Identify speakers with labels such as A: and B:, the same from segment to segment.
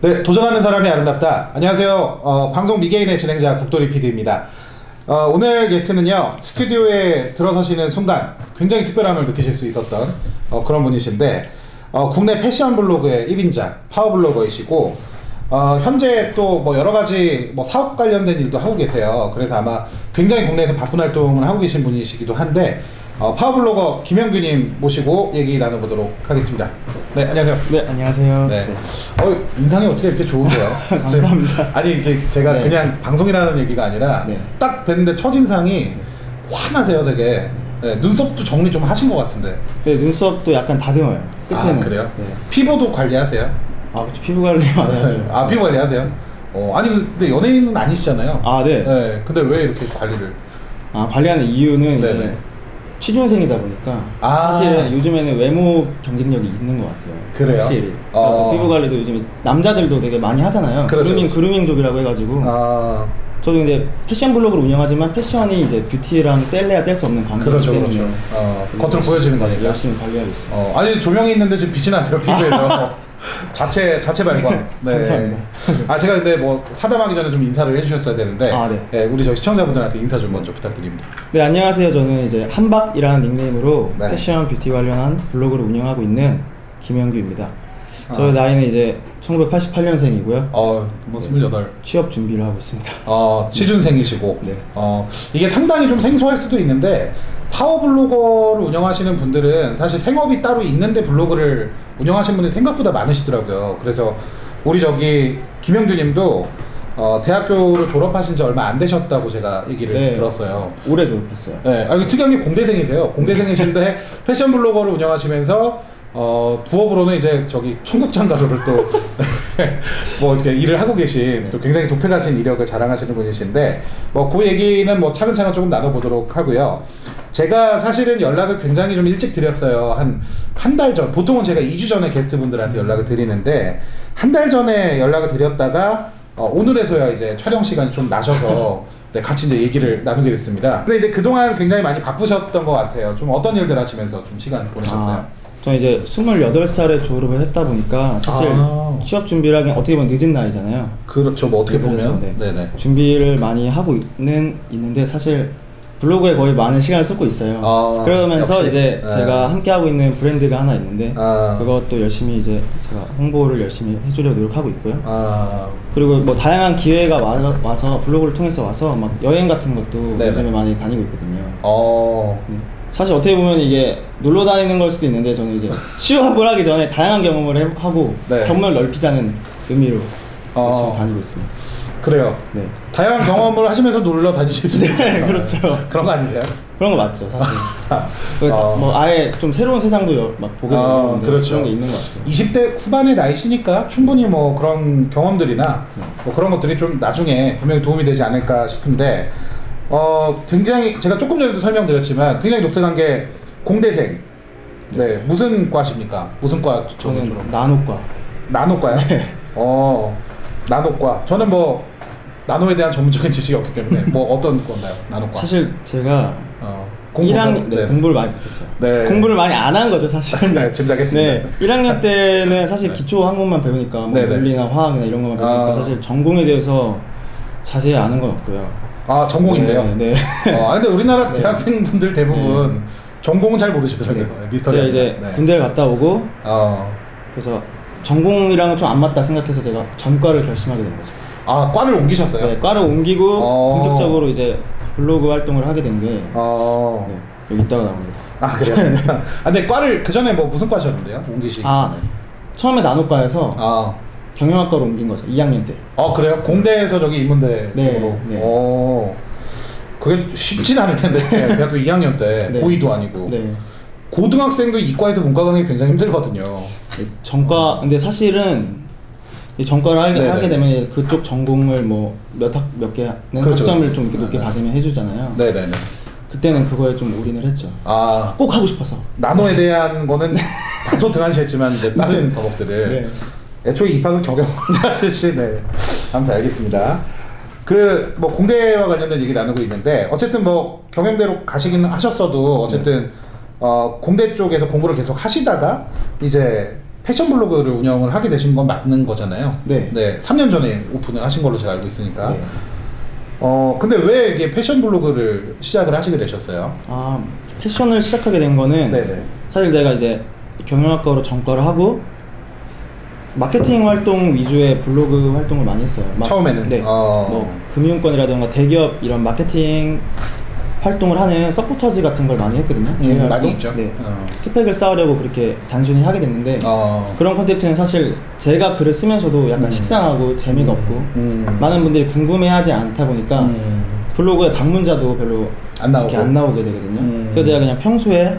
A: 네, 도전하는 사람이 아름답다. 안녕하세요. 어, 방송 미개인의 진행자 국돌이 PD입니다. 어, 오늘 게스트는요, 스튜디오에 들어서시는 순간 굉장히 특별함을 느끼실 수 있었던 어, 그런 분이신데, 어, 국내 패션 블로그의 1인자, 파워블로거이시고, 어, 현재 또 뭐 여러 가지 뭐 사업 관련된 일도 하고 계세요. 그래서 아마 굉장히 국내에서 바쁜 활동을 하고 계신 분이시기도 한데, 어, 파워블로거 김영규님 모시고 얘기 나눠보도록 하겠습니다. 네, 안녕하세요.
B: 네, 안녕하세요.
A: 네. 어, 인상이 어떻게 이렇게 좋으세요?
B: 감사합니다.
A: 아니, 이게 제가
B: 네.
A: 그냥 방송이라는 얘기가 아니라
B: 네.
A: 딱 뵀는데 첫인상이 환하세요, 되게. 네, 눈썹도 정리 좀 하신 것 같은데.
B: 네, 눈썹도 약간 다듬어요. 끝에는.
A: 아, 그래요?
B: 네.
A: 피부도 관리하세요?
B: 아, 그쵸. 피부 관리 많이 하죠.
A: 아, 피부 관리하세요? 어, 아니, 근데 연예인은 아니시잖아요.
B: 아, 네.
A: 근데 왜 이렇게 관리를?
B: 아, 관리하는 이유는
A: 네네.
B: 이제 취준생이다 보니까
A: 아.
B: 사실 요즘에는 외모 경쟁력이 있는 것 같아요.
A: 그래요?
B: 확실히.
A: 어.
B: 그래갖고 피부 관리도 요즘에 남자들도 되게 많이 하잖아요.
A: 그렇죠,
B: 그루밍,
A: 그렇죠.
B: 그루밍족이라고 해가지고.
A: 아,
B: 저도 이제 패션 블로그를 운영하지만 패션이 이제 뷰티랑 뗄래야 뗄 수 없는 관계이기
A: 그렇죠,
B: 때문에
A: 그렇죠. 어,
B: 그리고
A: 겉으로 보여지는
B: 네,
A: 거니까.
B: 열심히 관리하고 있어요.
A: 어, 아니 조명이 있는데 지금 빛이 나세요 피부에서 자체 자체 발광.
B: 아.
A: 네.
B: 감사합니다.
A: 아 제가 근데 뭐 사담하기 전에 좀 인사를 해주셨어야 되는데,
B: 아, 네.
A: 예, 우리 저 시청자분들한테 인사 좀 먼저 부탁드립니다.
B: 네 안녕하세요 저는 이제 한박이라는 닉네임으로
A: 네.
B: 패션 뷰티 관련한 블로그를 운영하고 있는 김영규입니다
A: 아.
B: 저의 나이는 이제 1988년생이고요
A: 어, 뭐 스물여덟.
B: 취업 준비를 하고 있습니다
A: 어, 취준생이시고,
B: 네.
A: 어, 이게 상당히 좀 생소할 수도 있는데, 파워블로거를 운영하시는 분들은 사실 생업이 따로 있는데 블로그를 운영하시는 분이 생각보다 많으시더라고요. 그래서 우리 저기 김영규 님도 어, 대학교를 졸업하신 지 얼마 안 되셨다고 제가 얘기를
B: 네.
A: 들었어요.
B: 올해 졸업했어요
A: 네, 아, 이거 특이한 게 공대생이세요. 공대생이신데 패션 블로거를 운영하시면서 어, 부업으로는 이제 저기 청국장 가루를 또 뭐 이렇게 일을 하고
B: 네.
A: 계신 또 굉장히 독특하신 이력을 자랑하시는 분이신데 뭐 그 얘기는 뭐 차근차근 조금 나눠보도록 하고요. 제가 사실은 연락을 굉장히 좀 일찍 드렸어요. 한 한 달 전, 보통은 제가 2주 전에 게스트분들한테 연락을 드리는데 한 달 전에 연락을 드렸다가 어, 오늘에서야 이제 촬영 시간이 좀 나셔서 네, 같이 이제 얘기를 나누게 됐습니다. 근데 이제 그동안 굉장히 많이 바쁘셨던 것 같아요. 좀 어떤 일들 하시면서 좀 시간 보내셨어요?
B: 저는 이제 28살에 졸업을 했다 보니까 사실
A: 아.
B: 취업 준비를 하긴 어떻게 보면 늦은 나이잖아요
A: 그렇죠. 뭐 어떻게
B: 네, 그래서,
A: 보면
B: 네.
A: 네네.
B: 준비를 많이 하고 있는 있는데 사실 블로그에 거의 많은 시간을 쓰고 있어요.
A: 아,
B: 그러면서
A: 역시.
B: 이제
A: 네.
B: 제가 함께 하고 있는 브랜드가 하나 있는데
A: 아.
B: 그것도 열심히 이제 제가 홍보를 열심히 해주려고 노력하고 있고요.
A: 아
B: 그리고 뭐 다양한 기회가 와, 와서 블로그를 통해서 와서 막 여행 같은 것도
A: 네네.
B: 요즘에 많이 다니고 있거든요.
A: 어.
B: 네. 사실 어떻게 보면 이게 놀러 다니는 걸 수도 있는데 저는 이제 취업을 하기 전에 다양한 경험을 해- 하고
A: 네.
B: 경험을 넓히자는 의미로
A: 어.
B: 열심히 다니고 있습니다.
A: 그래요.
B: 네.
A: 다양한 경험을 하시면서 놀러 다니실 수 있죠.
B: 네, 그렇죠.
A: 그런 거 아니세요?
B: 그런 거 맞죠, 사실. 그
A: 어.
B: 뭐 아예 좀 새로운 세상도 여- 막 보게 되는
A: 아,
B: 건데
A: 그렇죠.
B: 그런 게 있는 것 같아요.
A: 20대 후반의 나이시니까 충분히 뭐 그런 경험들이나
B: 네.
A: 뭐 그런 것들이 좀 나중에 분명히 도움이 되지 않을까 싶은데 어 굉장히 제가 조금 전에도 설명드렸지만 굉장히 독특한 게 공대생 네 무슨 과십니까 무슨 과
B: 저는 네.
A: 졸업?
B: 나노과.
A: 나노과요? 어 나노과 저는 뭐 나노에 대한 전문적인 지식이 없기 때문에 뭐 어떤 건가요 나노과?
B: 사실 제가
A: 어, 공부
B: 1학년 네,
A: 네.
B: 공부를 많이 못했어요.
A: 네.
B: 공부를 많이 안 한 거죠, 사실.
A: 네, 짐작했습니다. 네.
B: 1학년 때는 사실 기초 한국만 배우니까 뭐
A: 네네.
B: 물리나 화학이나 이런 것만 배우니까
A: 아.
B: 사실 전공에 대해서 자세히 아는 건 없고요.
A: 아 전공인데요.
B: 네. 네.
A: 어, 아, 근데 우리나라 대학생분들 대부분 전공은 잘 모르시더라고요.
B: 네.
A: 미스터리.
B: 제가 이제 군대를 갔다 오고
A: 어.
B: 그래서 전공이랑은 좀 안 맞다 생각해서 제가 전과를 결심하게 된 거죠.
A: 아, 과를 옮기셨어요?
B: 네, 과를 옮기고
A: 어.
B: 본격적으로 이제 블로그 활동을 하게 된 게
A: 어.
B: 네, 여기 있다가 나옵니다.
A: 아, 그래요? 아, 근데 과를 그 전에 뭐 무슨 과셨는데요? 옮기시기
B: 아
A: 전에.
B: 처음에 나노과에서
A: 네. 아.
B: 경영학과로 옮긴 거죠. 2학년 때.
A: 어, 그래요? 공대에서 저기 인문대
B: 네,
A: 쪽으로.
B: 네.
A: 어. 그게 쉽진 않을 텐데. 대학교 2학년 때
B: 네.
A: 고2도 아니고.
B: 네.
A: 고등학생도 이과에서 문과 강의 굉장히 힘들거든요.
B: 네, 전과 근데 사실은 이 전과를 하게,
A: 네네.
B: 하게 되면 이제 그쪽 전공을 뭐몇학몇 개는
A: 그렇죠.
B: 학점을 좀 이렇게 높게
A: 네네.
B: 받으면 해주잖아요.
A: 네, 네, 네.
B: 그때는 그거에 좀 올인을 했죠.
A: 아,
B: 꼭 하고 싶어서.
A: 나노에 대한 거는 다소 등한시했지만 이제 다른 과목들을
B: 네.
A: 애초에 입학을 경영하실지 네. 아무튼 알겠습니다. 그 뭐 공대와 관련된 얘기 나누고 있는데 어쨌든 뭐 경영대로 가시기는
B: 네.
A: 하셨어도 어쨌든 어, 공대 쪽에서 공부를 계속 하시다가 이제 패션 블로그를 운영을 하게 되신 건 맞는 거잖아요.
B: 네.
A: 네. 3년 전에 오픈을 하신 걸로 제가 알고 있으니까.
B: 네.
A: 어, 근데 왜 이게 패션 블로그를 시작을 하시게 되셨어요?
B: 아 패션을 시작하게 된 거는
A: 네네.
B: 사실 제가 이제 경영학과로 전과를 하고 마케팅 활동 위주의 블로그 활동을 많이 했어요. 막-
A: 처음에는?
B: 네.
A: 어.
B: 뭐 금융권이라던가 대기업 이런 마케팅 활동을 하는 서포터즈 같은 걸 많이 했거든요.
A: 음,
B: 대외
A: 많이
B: 활동?
A: 있죠.
B: 네.
A: 어.
B: 스펙을 쌓으려고 그렇게 단순히 하게 됐는데
A: 어.
B: 그런 콘텐츠는 사실 제가 글을 쓰면서도 약간
A: 음.
B: 식상하고 재미가 없고
A: 음.
B: 많은 분들이 궁금해하지 않다 보니까
A: 음.
B: 블로그에 방문자도 별로
A: 안 나오고.
B: 이렇게 안 나오게 되거든요.
A: 음.
B: 그래서 제가 그냥 평소에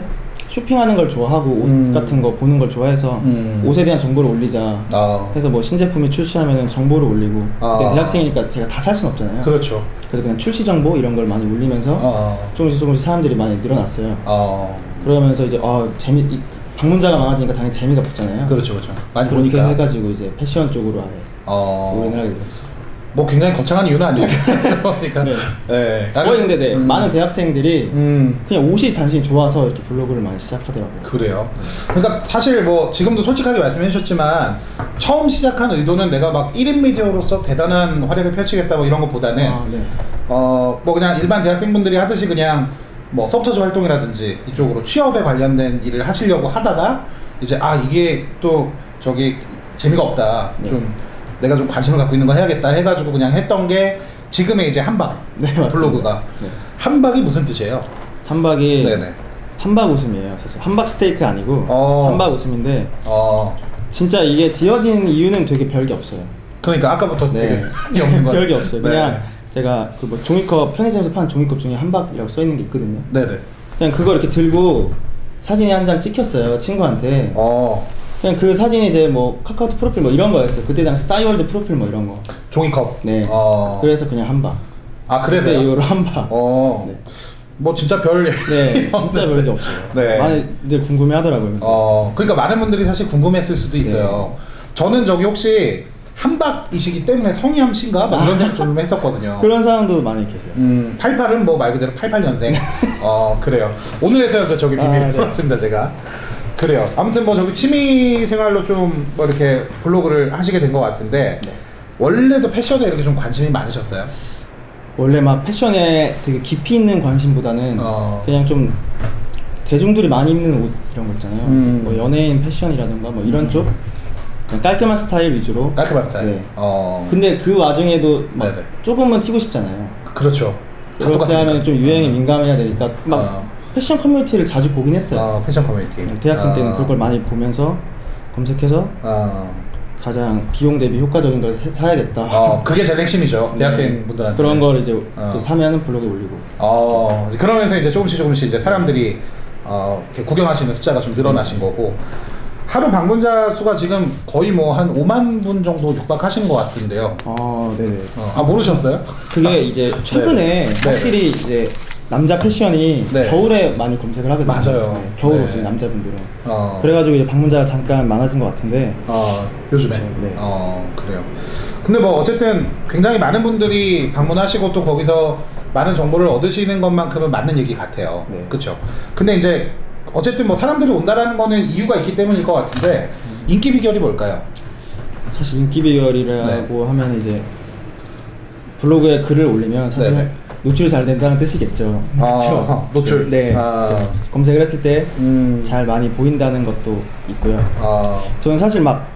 B: 쇼핑하는 걸 좋아하고 옷
A: 음.
B: 같은 거 보는 걸 좋아해서
A: 음.
B: 옷에 대한 정보를 올리자
A: 어.
B: 해서 뭐 신제품이 출시하면 정보를 올리고
A: 아.
B: 근데 대학생이니까 제가 다 살 순 없잖아요. 그래서
A: 그렇죠.
B: 그냥 출시 정보 이런 걸 많이 올리면서
A: 어.
B: 조금씩 조금씩 사람들이 많이 늘어났어요.
A: 어.
B: 그러면서 이제 아 재미 이- 방문자가 많아지니까 당연히 재미가 붙잖아요.
A: 그렇죠, 그렇죠. 많이
B: 그렇게
A: 보니까.
B: 해가지고 이제 패션 쪽으로 아예
A: 어.
B: 오인을 하게 됐어요.
A: 뭐 굉장히 거창한 이유는 아니니까. 그러니까.
B: 네.
A: 네.
B: 거의 근데 네, 많은 대학생들이
A: 음.
B: 그냥 옷이 단순히 좋아서 이렇게 블로그를 많이 시작하더라고요.
A: 그래요. 그러니까 사실 뭐 지금도 솔직하게 말씀해 주셨지만 처음 시작한 의도는 내가 막 1인 미디어로서 대단한 활약을 펼치겠다 뭐 이런 것보다는
B: 아, 네.
A: 어, 뭐 그냥 일반 대학생분들이 하듯이 그냥 뭐 서브터즈 활동이라든지 이쪽으로 취업에 관련된 일을 하시려고 하다가 이제 아 이게 또 저기 재미가 없다
B: 네.
A: 좀 내가 좀 관심을 갖고 있는 거 해야겠다 해가지고 그냥 했던 게 지금의 이제 한박
B: 네, 맞습니다.
A: 블로그가
B: 네.
A: 한박이 무슨 뜻이에요?
B: 한박이
A: 네네.
B: 한박 웃음이에요. 사실 한박 스테이크 아니고
A: 어.
B: 한박 웃음인데
A: 어
B: 진짜 이게 지어진 이유는 되게 별게 없어요.
A: 그러니까 아까부터 되게
B: 네.
A: 게 없는 거
B: 별게 없어요.
A: 네.
B: 그냥 제가 그 뭐 종이컵 편의점에서 파는 종이컵 중에 한박이라고 써 있는 게 있거든요.
A: 네네.
B: 그냥 그거 이렇게 들고 사진이 한 장 찍혔어요 친구한테.
A: 어
B: 그냥 그 사진이 이제 뭐 카카오톡 프로필 뭐 이런 거였어요. 그때 당시 싸이월드 프로필 뭐 이런 거.
A: 종이컵.
B: 네.
A: 어.
B: 그래서 그냥 한박.
A: 아 그래서.
B: 그때 이후로 한박.
A: 어.
B: 네.
A: 뭐 진짜 별.
B: 네, 진짜 별게 없어요.
A: 네.
B: 많이들 궁금해하더라고요.
A: 어 그러니까 많은 분들이 사실 궁금했을 수도 있어요.
B: 네.
A: 저는 저기 혹시 한박이시기 때문에 성이함 씨인가 막 이런 생각 좀 했었거든요.
B: 그런 사람도 많이 계세요.
A: 음, 88은 뭐 말 그대로 88년생. 어, 그래요. 오늘에서야 그 저기
B: 아,
A: 비밀을
B: 네.
A: 풀었습니다, 제가. 그래요. 아무튼 뭐 저기 취미 생활로 좀 뭐 이렇게 블로그를 하시게 된 것 같은데,
B: 네.
A: 원래도 패션에 이렇게 좀 관심이 많으셨어요?
B: 원래 막 패션에 되게 깊이 있는 관심보다는
A: 어.
B: 그냥 좀 대중들이 많이 입는 옷 이런 거 있잖아요.
A: 음.
B: 뭐 연예인 패션이라던가 뭐 이런
A: 음.
B: 쪽 그냥 깔끔한 스타일 위주로.
A: 깔끔한 스타일.
B: 네.
A: 어.
B: 근데 그 와중에도 막
A: 네네.
B: 조금은 튀고 싶잖아요.
A: 그렇죠. 다
B: 그렇게
A: 똑같으니까.
B: 하면 좀
A: 음.
B: 유행에 민감해야 되니까 막
A: 어.
B: 패션 커뮤니티를 자주 보긴 했어요.
A: 어, 패션 커뮤니티.
B: 대학생 때는
A: 어.
B: 그걸 많이 보면서 검색해서
A: 어.
B: 가장 비용 대비 효과적인 걸 해- 사야겠다.
A: 어, 그게 제일 핵심이죠.
B: 네.
A: 대학생 분들한테.
B: 그런 걸 이제
A: 어.
B: 또 사면은 블로그에 올리고.
A: 어, 이제 그러면서 이제 조금씩 조금씩 이제 사람들이 어, 이렇게 구경하시는 숫자가 좀 늘어나신 거고 하루 방문자 수가 지금 거의 뭐 한 5만 분 정도 육박하신 것 같은데요.
B: 아, 네네.
A: 어, 아 모르셨어요?
B: 그게 이제 최근에
A: 네네.
B: 확실히 이제 남자 패션이
A: 네.
B: 겨울에 많이 검색을 하거든요.
A: 맞아요.
B: 겨울
A: 네.
B: 옷을 남자분들은.
A: 어,
B: 그래가지고 이제 방문자가 잠깐 많아진 것 같은데.
A: 어, 요즘에.
B: 그렇죠. 네.
A: 어, 그래요. 근데 뭐 어쨌든 굉장히 많은 분들이 방문하시고 또 거기서 많은 정보를 얻으시는 것만큼은 맞는 얘기 같아요.
B: 네.
A: 그렇죠. 근데 이제 어쨌든 뭐 사람들이 온다라는 거는 이유가 있기 때문일 것 같은데 인기 비결이 뭘까요?
B: 사실 인기 비결이라고
A: 네.
B: 하면 이제 블로그에 글을 올리면 사실
A: 네네.
B: 노출이 잘 된다는 뜻이겠죠.
A: 아,
B: 그렇죠?
A: 노출.
B: 네.
A: 아.
B: 그래서 검색을 했을 때 잘
A: 음.
B: 많이 보인다는 것도 있고요.
A: 아.
B: 저는 사실 막,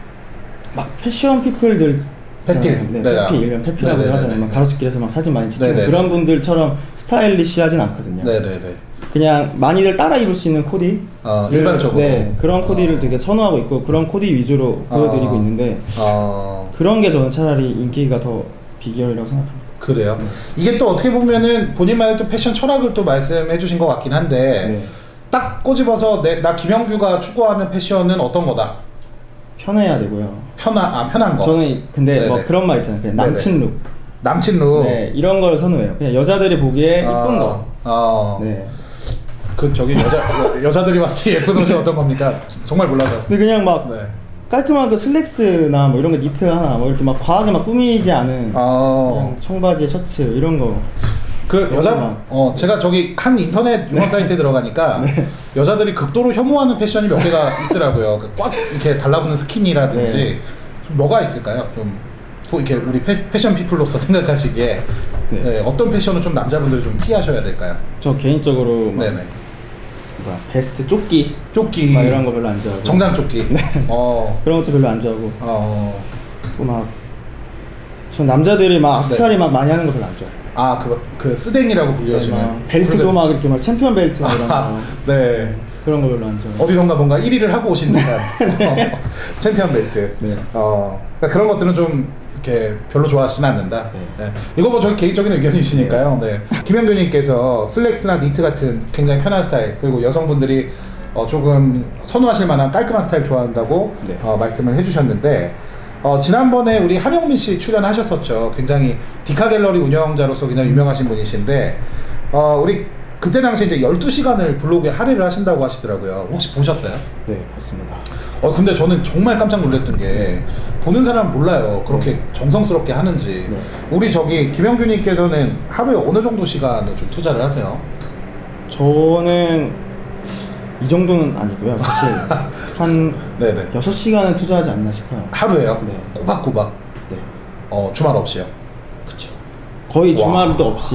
B: 막 패션 피플들
A: 패필.
B: 있잖아요. 네,
A: 네네.
B: 패필 이런 패필이라고
A: 네네네네.
B: 하잖아요. 막 가로수길에서 막 사진 많이 찍히는
A: 네네네.
B: 그런 분들처럼 스타일리시하진 않거든요.
A: 네네네.
B: 그냥 많이들 따라 입을 수 있는 코디,
A: 어, 일반적으로.
B: 네 그런 코디를
A: 어.
B: 되게 선호하고 있고 그런 코디 위주로 보여드리고
A: 아.
B: 있는데
A: 어,
B: 그런 게 저는 차라리 인기가 더 비결이라고 생각합니다.
A: 그래요. 이게 또 어떻게 보면은 본인만의 또 패션 철학을 또 말씀해 주신 것 같긴 한데,
B: 네.
A: 딱 꼬집어서 내, 나 김영규가 추구하는 패션은 어떤 거다?
B: 편해야 되고요.
A: 편한, 아, 편한 거.
B: 저는 근데 뭐
A: 네네.
B: 그런 말 있잖아요. 그냥
A: 네네.
B: 남친 룩,
A: 남친룩.
B: 네 이런 걸 선호해요. 그냥 여자들이 보기에
A: 아,
B: 이쁜 거.
A: 어.
B: 네.
A: 그 저기 여자, 여자들이 봤을 때 예쁜 옷이 어떤 겁니까? 정말 몰라서.
B: 근데 그냥 막
A: 네.
B: 깔끔한 그 슬랙스나 뭐 이런 거
A: 아.
B: 니트 하나 뭐 이렇게 막 과하게 막 꾸미지 않은
A: 어.
B: 그냥 청바지 셔츠 이런 거
A: 그 여자
B: 여자만. 네.
A: 어 제가 저기 한 인터넷 유원 사이트에 들어가니까 여자들이 극도로 혐오하는 패션이 몇 개가 있더라고요. 그꽉 이렇게 달라붙는 스킨이라든지
B: 네.
A: 좀 뭐가 있을까요? 좀또 이렇게 우리 패, 패션 피플로서 생각하시기에
B: 네.
A: 네, 어떤 패션은 좀 남자분들 좀 피하셔야 될까요?
B: 저 개인적으로 막
A: 네네
B: 뭐야, 베스트 조끼
A: 조끼
B: 막 이런 네. 거 별로 안 좋아하고
A: 정장 조끼. 어.
B: 그런 것도 별로 안 좋아하고
A: 어.
B: 또막전 남자들이
A: 네.
B: 막 악세사리 막 많이 하는 거 별로 안 좋아해요.
A: 아, 그, 그, 쓰댕이라고 불리워지는.
B: 막 네, 뭐, 벨트도 막 이렇게 막 챔피언 벨트 막 이런 거
A: 네.
B: 그런 거 별로 안 좋아해요.
A: 음. 어디선가 뭔가 1위를 하고 오신 듯한 어, 챔피언 벨트.
B: 네.
A: 어, 그러니까 그런 것들은 좀 이렇게 별로 좋아하진 않는다.
B: 네.
A: 네. 이거 뭐 저희 개인적인 의견이시니까요. 네. 김현규님께서 슬랙스나 니트 같은 굉장히 편한 스타일 그리고 여성분들이 어, 조금 선호하실 만한 깔끔한 스타일 좋아한다고
B: 네.
A: 어, 말씀을 해주셨는데 어, 지난번에 우리 하명민 씨 출연하셨었죠. 굉장히 디카 갤러리 운영자로서 굉장히 유명하신 분이신데 어, 우리 그때 당시 이제 12시간을 블로그에 할애를 하신다고 하시더라고요. 혹시 보셨어요?
B: 네, 맞습니다.
A: 어 근데 저는 정말 깜짝 놀랐던 게 보는 사람 몰라요 그렇게 정성스럽게 하는지
B: 네.
A: 우리 저기 김영규님께서는 하루에 어느 정도 시간을 좀 투자를 하세요?
B: 저는 이 정도는 아니고요, 사실 한
A: 네네
B: 6시간은 투자하지 않나 싶어요.
A: 하루에요?
B: 네.
A: 꼬박꼬박
B: 네.
A: 어 주말 없이요
B: 그쵸. 거의
A: 와.
B: 주말도 없이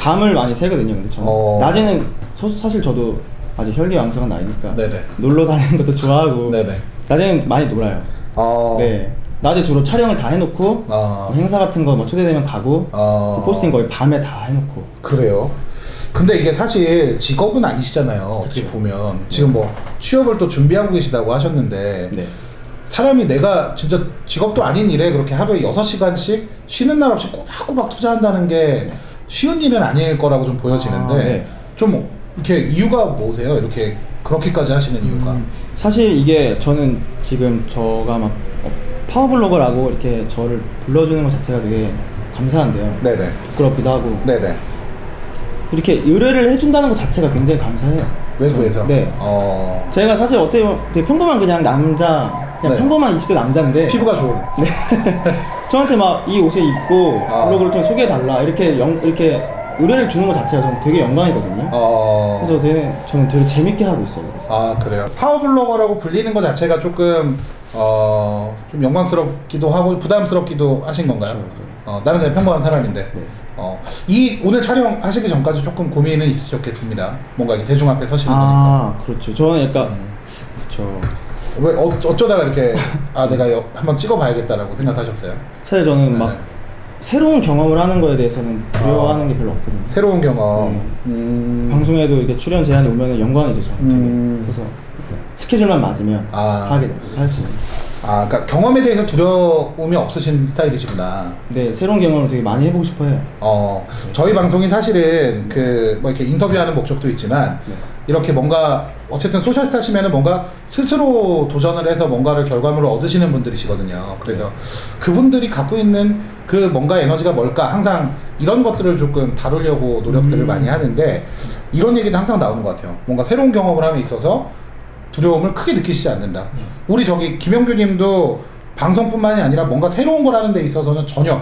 B: 밤을 많이 새거든요. 근데 저는
A: 어.
B: 낮에는 소- 사실 저도 아직 혈기왕성한 나이니까
A: 네네.
B: 놀러 다니는 것도 좋아하고
A: 네네.
B: 낮에는 많이 놀아요.
A: 어...
B: 네. 낮에 주로 촬영을 다 해놓고
A: 아.
B: 뭐 행사 같은 거 뭐 초대되면 가고
A: 어.
B: 그 포스팅 거의 밤에 다 해놓고
A: 그래요. 근데 이게 사실 직업은 아니시잖아요. 어떻게
B: 그쵸.
A: 보면 지금 뭐 취업을 또 준비하고 계시다고 하셨는데
B: 네.
A: 사람이 내가 진짜 직업도 아닌 일에 그렇게 하루에 6시간씩 쉬는 날 없이 꼬박꼬박 투자한다는 게 쉬운 일은 아닐 거라고 좀 보여지는데
B: 아, 네.
A: 좀 이렇게 이유가 뭐세요? 이렇게 그렇게까지 하시는 이유가
B: 음. 사실 이게 저는 지금 저가 막 어, 파워블로거라고 이렇게 저를 불러주는 것 자체가 되게 감사한데요.
A: 네네
B: 부끄럽기도 하고
A: 네네
B: 이렇게 의뢰를 해준다는 것 자체가 굉장히 감사해요.
A: 외부에서
B: 네.
A: 어...
B: 제가 사실 어떻게 보면 되게 평범한 그냥 남자 그냥
A: 네.
B: 평범한 20대 남자인데
A: 피부가 좋은
B: 네. 저한테 막 이 옷을 입고
A: 아.
B: 블로그를 통해 소개해달라 이렇게 영, 이렇게 의뢰를 주는 것 자체가 저는 되게 영광이거든요
A: 어...
B: 그래서 되게, 저는 되게 재밌게 하고 있어요 그래서.
A: 아 그래요. 파워블로거라고 불리는 것 자체가 조금 어, 좀 영광스럽기도 하고 부담스럽기도 하신 건가요?
B: 그렇죠, 네.
A: 어, 나는 그냥 평범한 사람인데.
B: 네.
A: 어, 이 오늘 촬영하시기 전까지 조금 고민은 있으셨겠습니다. 뭔가 이렇게 대중 앞에 서시는
B: 아 그렇죠 저는 약간
A: 음.
B: 그렇죠
A: 거니까. 왜 어, 쩌다가 이렇게 아 내가 여- 한번 찍어봐야겠다라고 생각하셨어요?
B: 사실 저는 막
A: 네.
B: 새로운 경험을 하는 거에 대해서는 두려워하는
A: 아.
B: 게 별로 없거든요
A: 새로운 경험.
B: 네.
A: 음.
B: 방송에도 이렇게 출연 제안이 오면 영광이죠 저는 되게.
A: 음.
B: 그래서 스케줄만 맞으면
A: 아.
B: 하게 돼요 할수 있는
A: 아 그러니까 경험에 대해서 두려움이 없으신 스타일이시구나.
B: 네 새로운 경험을 되게 많이 해보고 싶어 해요
A: 어, 저희 방송이 사실은 그 뭐 이렇게 인터뷰하는 목적도 있지만
B: 네.
A: 이렇게 뭔가 어쨌든 소셜스타시면은 뭔가 스스로 도전을 해서 뭔가를 결과물을 얻으시는 분들이시거든요. 그래서 그분들이 갖고 있는 그 뭔가 에너지가 뭘까 항상 이런 것들을 조금 다루려고 노력들을
B: 음.
A: 많이 하는데 이런 얘기도 항상 나오는 것 같아요. 뭔가 새로운 경험을 함에 있어서 두려움을 크게 느끼시지 않는다. 우리 저기 김영규님도 방송뿐만이 아니라 뭔가 새로운 걸 하는 데 있어서는 전혀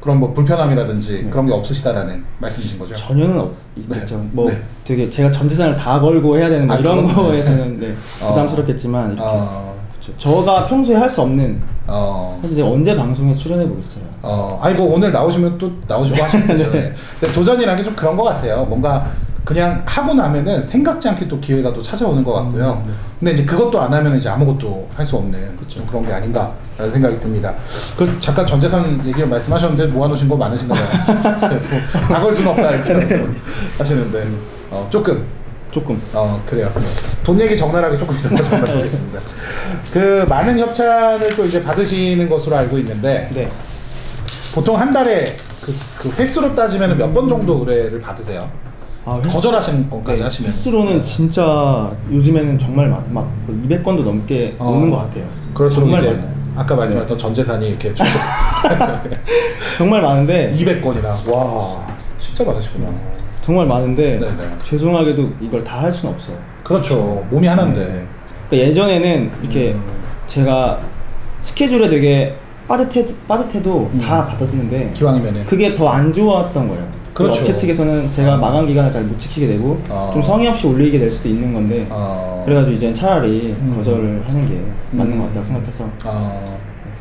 A: 그런 뭐 불편함이라든지 그런 게 없으시다라는 말씀이신 거죠.
B: 전혀는 없, 있겠죠.
A: 네.
B: 뭐
A: 네.
B: 되게 제가 전 재산을 다 걸고 해야 되는 뭐
A: 아,
B: 이런
A: 그건-
B: 거에서는 네,
A: 어.
B: 부담스럽겠지만 이렇게
A: 어,
B: 그쵸. 저가 평소에 할 수 없는
A: 어,
B: 사실 제가 언제 방송에 출연해 보겠어요.
A: 어, 아니 뭐 오늘 나오시면 또 나오시고 하시면 되죠. 네. 근데 도전이라는 게 좀 그런 것 같아요. 뭔가 그냥 하고 나면은 생각지 않게 또 기회가 또 찾아오는 것 같고요. 근데 이제 그것도 안 하면 이제 아무것도 할 수 없는 좀 음, 네. 그런 게 아닌가라는 생각이 듭니다. 그 잠깐 전재산 얘기를 말씀하셨는데 모아놓으신 거 많으신가 봐요. 네, 뭐 다 걸 수는 없다 이렇게 하시는데 어, 조금
B: 조금
A: 어 그래요. 돈 얘기 적나라하게 조금 이따 다시 한번 해보겠습니다. 그 많은 협찬을 또 이제 받으시는 것으로 알고 있는데
B: 네
A: 보통 한 달에 그, 그 횟수로 따지면 몇 번 정도 의뢰를 받으세요?
B: 아, 횟수-
A: 거절하시는 것까지
B: 네,
A: 하시면
B: 횟수로는 진짜 요즘에는 정말 막, 막 200건도 넘게
A: 어.
B: 오는 것 같아요.
A: 그럴수록
B: 정말
A: 이제
B: 많아요. 네.
A: 아까 말씀하셨던 전 재산이 이렇게
B: 정말 많은데
A: 200건이나 와 진짜 많으시구나.
B: 정말 많은데
A: 네, 네.
B: 죄송하게도 이걸 다 할 수는 없어요.
A: 그렇죠 몸이 하나인데
B: 그러니까 예전에는 이렇게
A: 음.
B: 제가 스케줄에 되게 빠듯해, 빠듯해도 다 받았는데
A: 음. 기왕이면은
B: 그 그게 더 안 좋았던 거예요.
A: 그렇죠.
B: 업체 측에서는 제가 마감 기간을 잘 못 지키게 되고
A: 아.
B: 좀 성의 없이 올리게 될 수도 있는 건데
A: 어,
B: 그래가지고 이제 차라리
A: 음.
B: 거절을 하는 게 맞는
A: 음.
B: 것 같다 생각해서
A: 어,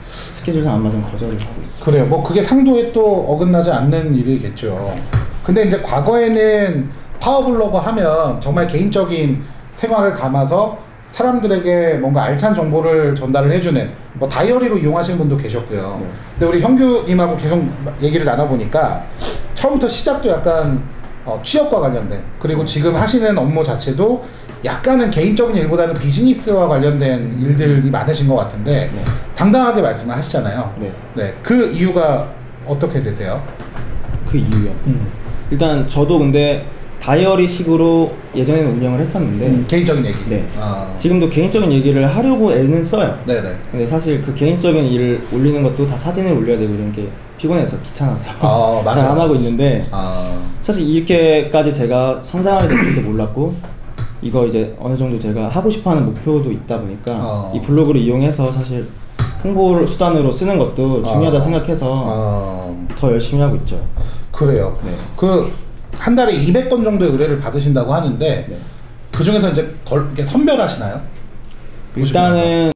B: 스케줄상 안 맞으면 거절을 하고 있어.
A: 그래요. 뭐 그게 상도에 또 어긋나지 않는 일이겠죠. 근데 이제 과거에는 파워블로거 하면 정말 개인적인 생활을 담아서 사람들에게 뭔가 알찬 정보를 전달을 해주는 뭐 다이어리로 이용하시는 분도 계셨고요.
B: 네.
A: 근데 우리 형규님하고 계속 얘기를 나눠보니까 처음부터 시작도 약간 어, 취업과 관련된
B: 음.
A: 그리고 지금 하시는 업무 자체도 약간은 개인적인 일보다는 비즈니스와 관련된 일들이 많으신 것 같은데
B: 네.
A: 당당하게 말씀을 하시잖아요.
B: 네.
A: 네, 그 이유가 어떻게 되세요?
B: 그 이유요.
A: 음.
B: 일단 저도 근데 다이어리식으로 예전에는 운영을 했었는데
A: 음, 개인적인 얘기.
B: 네.
A: 아.
B: 지금도 개인적인 얘기를 하려고 애는 써요.
A: 네네.
B: 근데 사실 그 개인적인 일을 올리는 것도 다 사진을 올려야 되고 이런 게 피곤해서
A: 아,
B: 귀찮아서
A: 맞아요.
B: 잘 안 하고 있는데
A: 아,
B: 사실 이렇게까지 제가 성장하게 될 줄도 몰랐고 이거 이제 어느 정도 제가 하고 싶어하는 목표도 있다 보니까
A: 어.
B: 이 블로그를 이용해서 사실 홍보를 수단으로 쓰는 것도 중요하다
A: 아.
B: 생각해서
A: 아,
B: 더 열심히 하고 있죠.
A: 그래요.
B: 네.
A: 그 한 달에 200건 정도의 의뢰를 받으신다고 하는데
B: 네.
A: 그 중에서 이제 걸, 이렇게 선별하시나요?
B: 일단은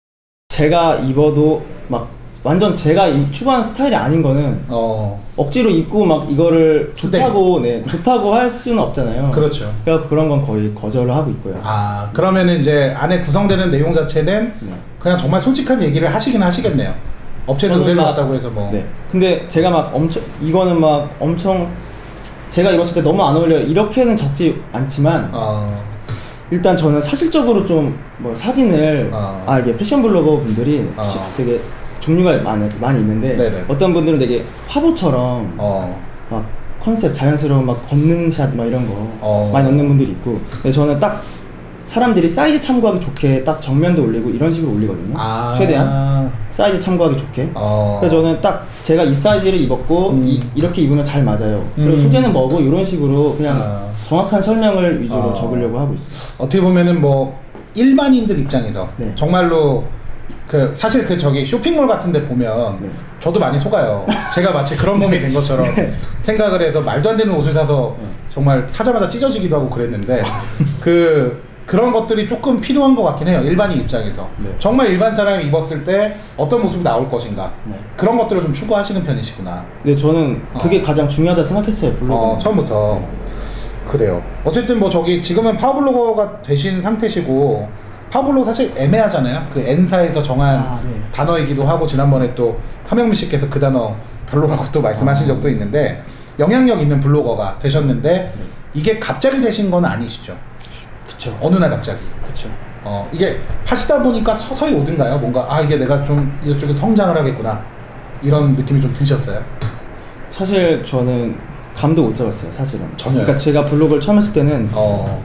B: 제가 입어도 막 완전 제가 이- 추구하는 스타일이 아닌 거는
A: 어,
B: 억지로 입고 막 이거를
A: 스텝.
B: 좋다고 네 좋다고 할 수는 없잖아요.
A: 그렇죠.
B: 그러니까 그런 건 거의 거절을 하고 있고요.
A: 아, 그러면은 이제 안에 구성되는 내용 자체는
B: 네.
A: 그냥 정말 솔직한 얘기를 하시긴 하시겠네요. 업체에서
B: 저는
A: 의뢰를
B: 막-
A: 받았다고 해서 뭐.
B: 네. 근데 제가 막 엄청 이거는 막 엄청 제가 입었을 때 너무 안 어울려 요 이렇게는 적지 않지만
A: 어,
B: 일단 저는 사실적으로 좀 뭐 사진을
A: 아.
B: 아 이게 패션 블로거 분들이
A: 아.
B: 되게 종류가 많, 많이 있는데
A: 네네.
B: 어떤 분들은 되게 화보처럼
A: 어,
B: 막 컨셉 자연스러운 막 걷는 샷 막 이런 거
A: 어.
B: 많이 넣는 분들이 있고 근데 저는 딱 사람들이 사이즈 참고하기 좋게 딱 정면도 올리고 이런 식으로 올리거든요
A: 아,
B: 음? 최대한 사이즈 참고하기 좋게
A: 어,
B: 그래서 저는 딱 제가 이 사이즈를 입었고
A: 음.
B: 이, 렇게 입으면 잘 맞아요 그리고
A: 음.
B: 소재는 뭐고 이런 식으로 그냥
A: 아.
B: 정확한 설명을 위주로
A: 아.
B: 적으려고 하고 있어요
A: 어떻게 보면은 뭐 일반인들 입장에서
B: 네.
A: 정말로 그 사실 그 저기 쇼핑몰 같은데 보면
B: 네.
A: 저도 많이 속아요. 제가 마치 그런 몸이 된 것처럼
B: 네.
A: 생각을 해서 말도 안 되는 옷을 사서 정말 사자마자 찢어지기도 하고 그랬는데
B: 아.
A: 그 그런 것들이 조금 필요한 것 같긴 해요. 일반인 입장에서
B: 네.
A: 정말 일반 사람이 입었을 때 어떤 모습이 나올 것인가
B: 네.
A: 그런 것들을 좀 추구하시는 편이시구나.
B: 근데 저는 그게
A: 어.
B: 가장 중요하다 생각했어요 블로그
A: 어, 처음부터 그래요. 어쨌든 뭐 저기 지금은 파블로거가 되신 상태시고 파블로 사실 애매하잖아요. 그 N사에서 정한
B: 아, 네.
A: 단어이기도 하고 지난번에 또 하명민 씨께서 그 단어 별로라고 또 말씀하신
B: 아.
A: 적도 있는데 영향력 있는 블로거가 되셨는데
B: 네.
A: 이게 갑자기 되신 건 아니시죠?
B: 그쵸
A: 어느 날 갑자기.
B: 그쵸
A: 어, 이게 하시다 보니까 서서히 오든가요? 뭔가 아 이게 내가 좀 이쪽에 성장을 하겠구나 이런 느낌이 좀 드셨어요?
B: 사실 저는 감도 못 잡았어요 사실은
A: 전혀요?
B: 그러니까 제가 블로그를 처음 했을 때는
A: 어,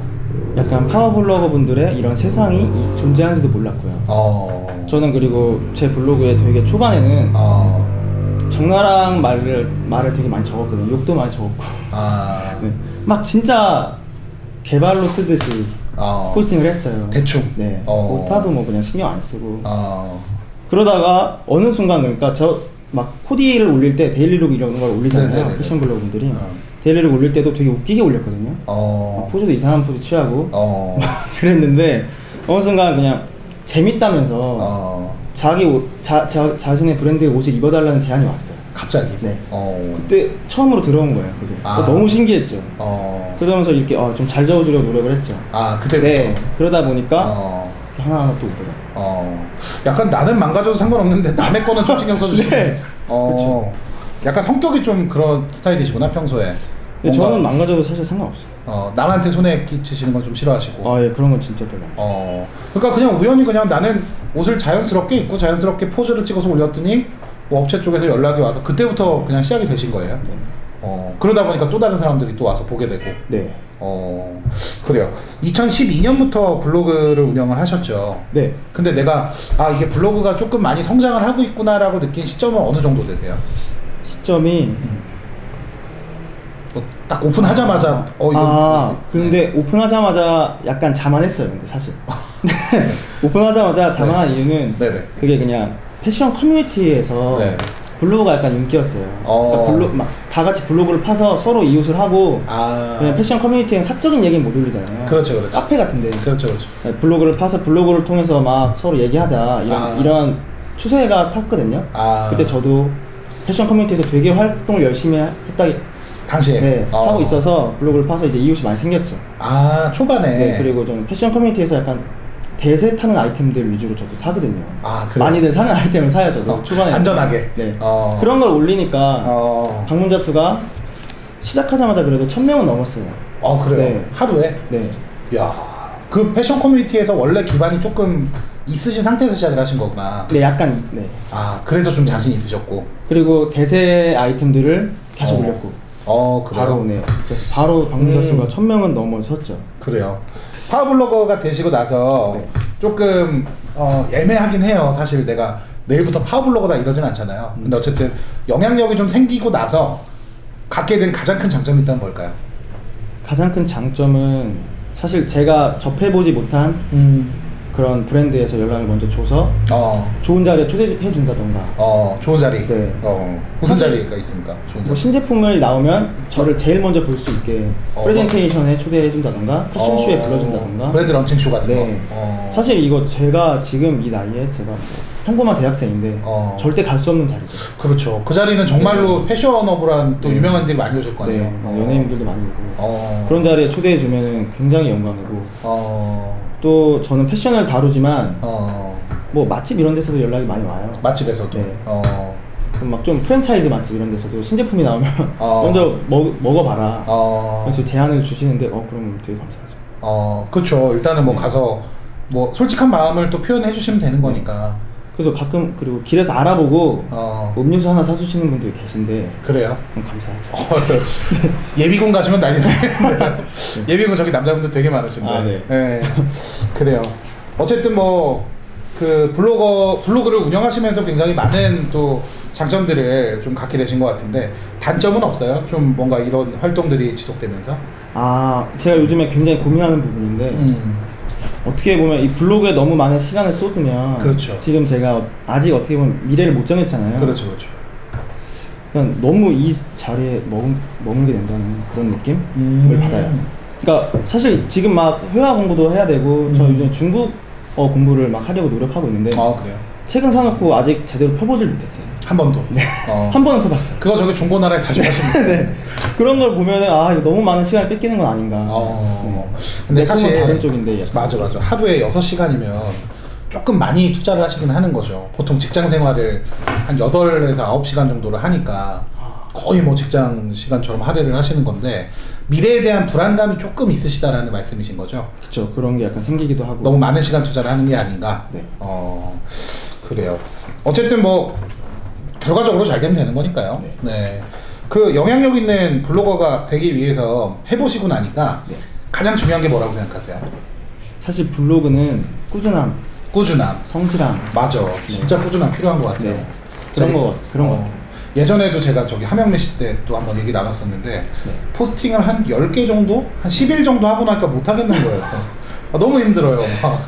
B: 약간 파워블로거 분들의 이런 세상이 이- 존재하는지도 몰랐고요
A: 어,
B: 저는 그리고 제 블로그에 되게 초반에는
A: 어.
B: 적나라한 말을 말을 되게 많이 적었거든요. 욕도 많이 적었고
A: 아,
B: 네. 막 진짜 개발로 쓰듯이
A: 어,
B: 포스팅을 했어요.
A: 대충.
B: 네.
A: 어.
B: 오타도 뭐 그냥 신경 안 쓰고
A: 어,
B: 그러다가 어느 순간 그러니까 저 막 코디를 올릴 때 데일리룩 이런 걸 올리잖아요.
A: 네네네네.
B: 패션 블로그분들이
A: 어.
B: 데일리룩 올릴 때도 되게 웃기게 올렸거든요. 막
A: 어,
B: 포즈도 이상한 포즈 취하고
A: 어,
B: 그랬는데 어느 순간 그냥 재밌다면서
A: 어,
B: 자기 옷, 자, 자, 자신의 브랜드의 옷을 입어달라는 제안이 왔어요.
A: 갑자기.
B: 네.
A: 어,
B: 그때 처음으로 들어온 거예요. 그게
A: 아.
B: 너무 신기했죠.
A: 어,
B: 그러면서 이렇게 좀 잘 적어주려고 노력을 했죠.
A: 아, 그때부터.
B: 네. 그러다 보니까
A: 어,
B: 하나하나 또 오더라.
A: 어, 약간 나는 망가져도 상관없는데 남의 거는 좀 신경 써주시네.
B: 네.
A: 어, 약간 성격이 좀 그런 스타일이시구나 평소에.
B: 근데
A: 뭔가,
B: 네, 저는 망가져도 사실 상관없어요.
A: 어, 남한테 손에 끼치시는 건 좀 싫어하시고.
B: 아, 예, 그런 건 진짜 별로 안 좋아요.
A: 어, 그러니까 그냥 우연히 그냥 나는 옷을 자연스럽게 입고 자연스럽게 포즈를 찍어서 올렸더니 뭐 업체 쪽에서 연락이 와서 그때부터 그냥 시작이 되신 거예요.
B: 네.
A: 어, 그러다 보니까 또 다른 사람들이 또 와서 보게 되고.
B: 네.
A: 어, 그래요. 2012년부터 블로그를 운영을 하셨죠.
B: 네.
A: 근데 내가 아 이게 블로그가 조금 많이 성장을 하고 있구나라고 느낀 시점은 어느 정도 되세요?
B: 시점이.
A: 뭐딱 오픈하자마자 어 이거 네.
B: 아, 근데 오픈하자마자 약간 자만했어요, 근데 사실. 네. 오픈하자마자 자만한 이유는
A: 아. 네. 네네
B: 그게 그냥 패션 커뮤니티에서
A: 네.
B: 블로그가 약간 인기였어요.
A: 어.
B: 그러니까 블로, 막, 다 같이 블로그를 파서 서로 이웃을 하고
A: 아
B: 그냥 패션 커뮤니티엔 사적인 얘기는 못 올리잖아요.
A: 그렇죠, 그렇죠.
B: 카페 같은데
A: 그렇죠 그렇죠
B: 네, 블로그를 파서 블로그를 통해서 막 서로 얘기하자 이런
A: 아.
B: 이런 추세가 탔거든요.
A: 아
B: 그때 저도 패션 커뮤니티에서 되게 활동을 열심히 했다
A: 당시에
B: 네,
A: 예. 어.
B: 하고 있어서 블로그를 파서 이제 이웃이 많이 생겼죠.
A: 아 초반에
B: 네, 그리고 좀 패션 커뮤니티에서 약간 대세 타는 아이템들 위주로 저도 사거든요.
A: 아, 그래요?
B: 많이들 사는 아이템을 사요 저도
A: 어,
B: 초반에.
A: 안전하게.
B: 네.
A: 어.
B: 그런 걸 올리니까
A: 어,
B: 방문자 수가 시작하자마자 그래도 천 명은 넘었어요.
A: 어 그래요
B: 네.
A: 하루에
B: 네.
A: 야그 패션 커뮤니티에서 원래 기반이 조금 있으신 상태에서 시작을 하신 거구나
B: 네, 약간 네.
A: 아 그래서 좀 자신 있으셨고
B: 그리고 대세 아이템들을 계속
A: 어.
B: 올렸고
A: 어 그래요
B: 바로 오네요. 그래서 바로 방문자
A: 음.
B: 수가 천 명은 넘어섰죠.
A: 그래요. 파워블로거가 되시고 나서
B: 네.
A: 조금 어, 애매하긴 해요. 사실 내가 내일부터 파워블로거다 이러진 않잖아요.
B: 음.
A: 근데 어쨌든 영향력이 좀 생기고 나서 갖게 된 가장 큰 장점이 있다면 뭘까요?
B: 가장 큰 장점은 사실 제가 접해보지 못한
A: 음.
B: 그런 브랜드에서 연락을 먼저 줘서
A: 어.
B: 좋은 자리에 초대해준다던가
A: 어, 좋은 자리.
B: 네.
A: 어. 무슨
B: 사실-
A: 자리가 있습니까? 좋은
B: 뭐
A: 자리.
B: 신제품을 나오면 저를 제일 먼저 볼 수 있게
A: 어.
B: 프레젠테이션에 초대해준다던가 패션쇼에
A: 어,
B: 불러준다던가
A: 브랜드 런칭쇼 같은
B: 네.
A: 거. 어.
B: 사실 이거 제가 지금 이 나이에 제가 뭐 평범한 대학생인데
A: 어.
B: 절대 갈 수 없는 자리죠.
A: 그렇죠. 그 자리는 정말로 패션업을한 또
B: 네.
A: 유명한 분들이 많이 오실 거 아니에요.
B: 네, 막 연예인들도 많이 오고
A: 어.
B: 그런 자리에 초대해주면 굉장히 영광이고
A: 어.
B: 또 저는 패션을 다루지만
A: 어.
B: 뭐 맛집 이런 데서도 연락이 많이 와요.
A: 맛집에서도.
B: 네.
A: 어.
B: 막 좀 프랜차이즈 맛집 이런 데서도 신제품이 나오면
A: 어.
B: 먼저 먹, 먹어봐라.
A: 어.
B: 그래서 제안을 주시는데 어 그럼 되게 감사하죠.
A: 어, 그렇죠. 일단은 뭐
B: 네.
A: 가서 뭐 솔직한 마음을 또 표현해 주시면 되는 거니까.
B: 그래서 가끔 그리고 길에서 알아보고
A: 어,
B: 음료수 하나 사주시는 분들이 계신데
A: 그래요.
B: 그럼 감사하죠.
A: 어, 예비군 가시면 난리 나요. 예비군 저기 남자분들 되게 많으신데.
B: 아, 네.
A: 예, 그래요. 어쨌든 뭐 그 블로거 블로그를 운영하시면서 굉장히 많은 또 장점들을 좀 갖게 되신 것 같은데 단점은 없어요? 좀 뭔가 이런 활동들이 지속되면서.
B: 아 제가 요즘에 굉장히 고민하는 부분인데
A: 음.
B: 어떻게 보면 이 블로그에 너무 많은 시간을 쏟으면
A: 그렇죠.
B: 지금 제가 아직 어떻게 보면 미래를 못 정했잖아요.
A: 그렇죠, 그렇죠.
B: 그냥 너무 이 자리에 머금, 머물게 된다는 그런 느낌을
A: 음.
B: 받아요. 그러니까 사실 지금 막 회화 공부도 해야 되고 저
A: 음.
B: 요즘 중국어 공부를 막 하려고 노력하고 있는데
A: 아 그래요.
B: 책은 사놓고 아직 제대로 펴보질 못했어요.
A: 한 번도. 어.
B: 네. 한 번은 펴봤어요.
A: 그거 저기 중고나라에 다시 가시면 돼요.
B: 네. 그런 걸 보면은 아 이거 너무 많은 시간을 뺏기는 건 아닌가.
A: 어.
B: 네.
A: 근데
B: 내 꿈은
A: 사실
B: 다른 쪽인데 약간.
A: 맞아 맞아 하루에 6시간이면 조금 많이 투자를 하시긴 하는 거죠 보통 직장 생활을 한 8에서 9시간 정도를 하니까 거의 뭐 직장 시간처럼 할애를 하시는 건데 미래에 대한 불안감이 조금 있으시다라는 말씀이신 거죠
B: 그쵸 그런 게 약간 생기기도 하고.
A: 너무 많은 시간 투자를 하는 게 아닌가
B: 네.
A: 어 그래요 어쨌든 뭐 결과적으로 잘 되면 되는 거니까요
B: 네.
A: 네그 영향력 있는 블로거가 되기 위해서 해보시고 나니까
B: 네.
A: 가장 중요한 게 뭐라고 생각하세요?
B: 사실 블로그는 꾸준함,
A: 꾸준함.
B: 성실함.
A: 맞아. 진짜 꾸준함 필요한 것 같아요.
B: 네. 그런 거 같- 그런 거
A: 어,
B: 같아요.
A: 예전에도 제가 저기 함영래 씨 때 또 한번 얘기 나눴었는데
B: 네.
A: 포스팅을 한 10개 정도? 한 10일 정도 하고 나니까 못 하겠는 거예요. 아, 너무 힘들어요. 막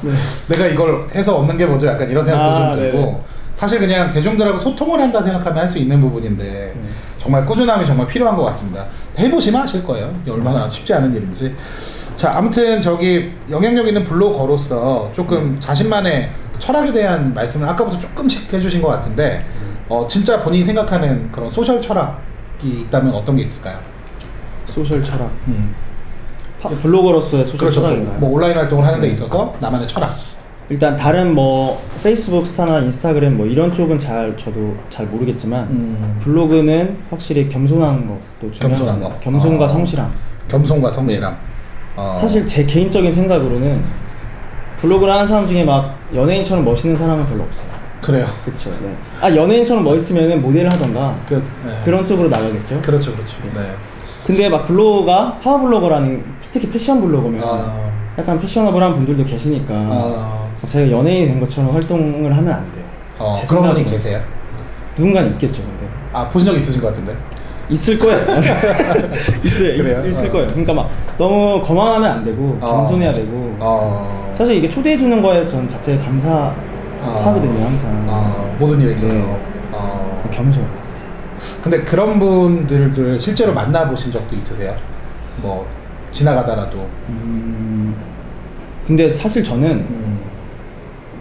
A: 내가 이걸 해서 얻는 게 뭐죠? 약간 이런 생각도
B: 네. 아,
A: 좀 들고.
B: 네네.
A: 사실 그냥 대중들하고 소통을 한다 생각하면 할 수 있는 부분인데 정말 꾸준함이 정말 필요한 것 같습니다. 해보시면 아실 거예요. 이게 얼마나 쉽지 않은 일인지. 자, 아무튼 저기 영향력 있는 블로거로서 조금 자신만의 철학에 대한 말씀을 아까부터 조금씩 해주신 것 같은데 어, 진짜 본인이 생각하는 그런 소셜 철학이 있다면 어떤 게 있을까요?
B: 소셜 철학.
A: 음.
B: 파- 블로거로서의 소셜 음.
A: 그렇죠.
B: 철학인가요?
A: 뭐 온라인 활동을 하는 데 있어서 나만의 철학.
B: 일단 다른 뭐 페이스북 스타나 인스타그램 뭐 이런 쪽은 잘 저도 잘 모르겠지만
A: 음.
B: 블로그는 확실히 겸손한 것도 중요한
A: 겸손한
B: 것
A: 거.
B: 같아요. 겸손과
A: 아.
B: 성실함.
A: 겸손과 성실함. 어.
B: 사실 제 개인적인 생각으로는 블로그를 하는 사람 중에 막 연예인처럼 멋있는 사람은 별로 없어요.
A: 그래요.
B: 그렇죠. 네. 아 연예인처럼 멋있으면 모델을 하던가
A: 그, 네.
B: 그런 쪽으로 나가겠죠.
A: 그렇죠, 그렇죠. 네. 근데
B: 근데 막 블로거가 파워 블로거라는 특히 패션 블로거면
A: 아,
B: 약간 패셔너블한 분들도 계시니까
A: 아,
B: 제가 연예인 된 것처럼 활동을 하면 안 돼요.
A: 어,
B: 제
A: 그런 분이
B: 생각으로는.
A: 계세요?
B: 누군가 있겠죠, 근데.
A: 아 보신 적 있으신 것 같은데.
B: 있을 거예요. 있어요.
A: 그래요?
B: 있, 을
A: 어.
B: 거예요. 그러니까 막 너무 거만하면 안 되고
A: 어.
B: 겸손해야 되고
A: 어.
B: 사실 이게 초대해 주는 거에 전 자체에 감사하거든요, 항상.
A: 어, 아, 모든 일에 있어서.
B: 네.
A: 어.
B: 겸손.
A: 근데 그런 분들을 실제로 만나보신 적도 있으세요? 뭐 지나가다라도
B: 음, 근데 사실 저는
A: 음,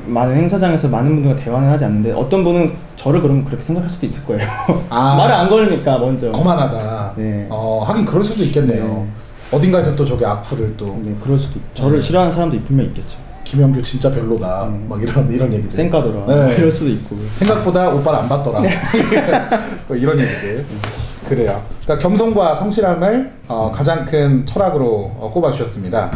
B: 많은 행사장에서 많은 분들과 대화는 하지 않는데 어떤 분은 저를 그러면 그렇게 생각할 수도 있을 거예요.
A: 아.
B: 말을 안 걸으니까 먼저.
A: 거만하다.
B: 네.
A: 어 하긴 그럴 수도 있겠네요.
B: 네.
A: 어딘가에서 또 저기 악플을 또
B: 네, 그럴 수도. 있- 저를 싫어하는 사람도 분명 있겠죠.
A: 김영규 진짜 별로다.
B: 음.
A: 막 이런 이런 얘기들.
B: 쌩까더라.
A: 네.
B: 이럴 수도 있고.
A: 생각보다 오빠를 안 봤더라. 뭐 이런 얘기들. 그래요. 그러니까 겸손과 성실함을 어, 가장 큰 철학으로 어, 꼽아주셨습니다.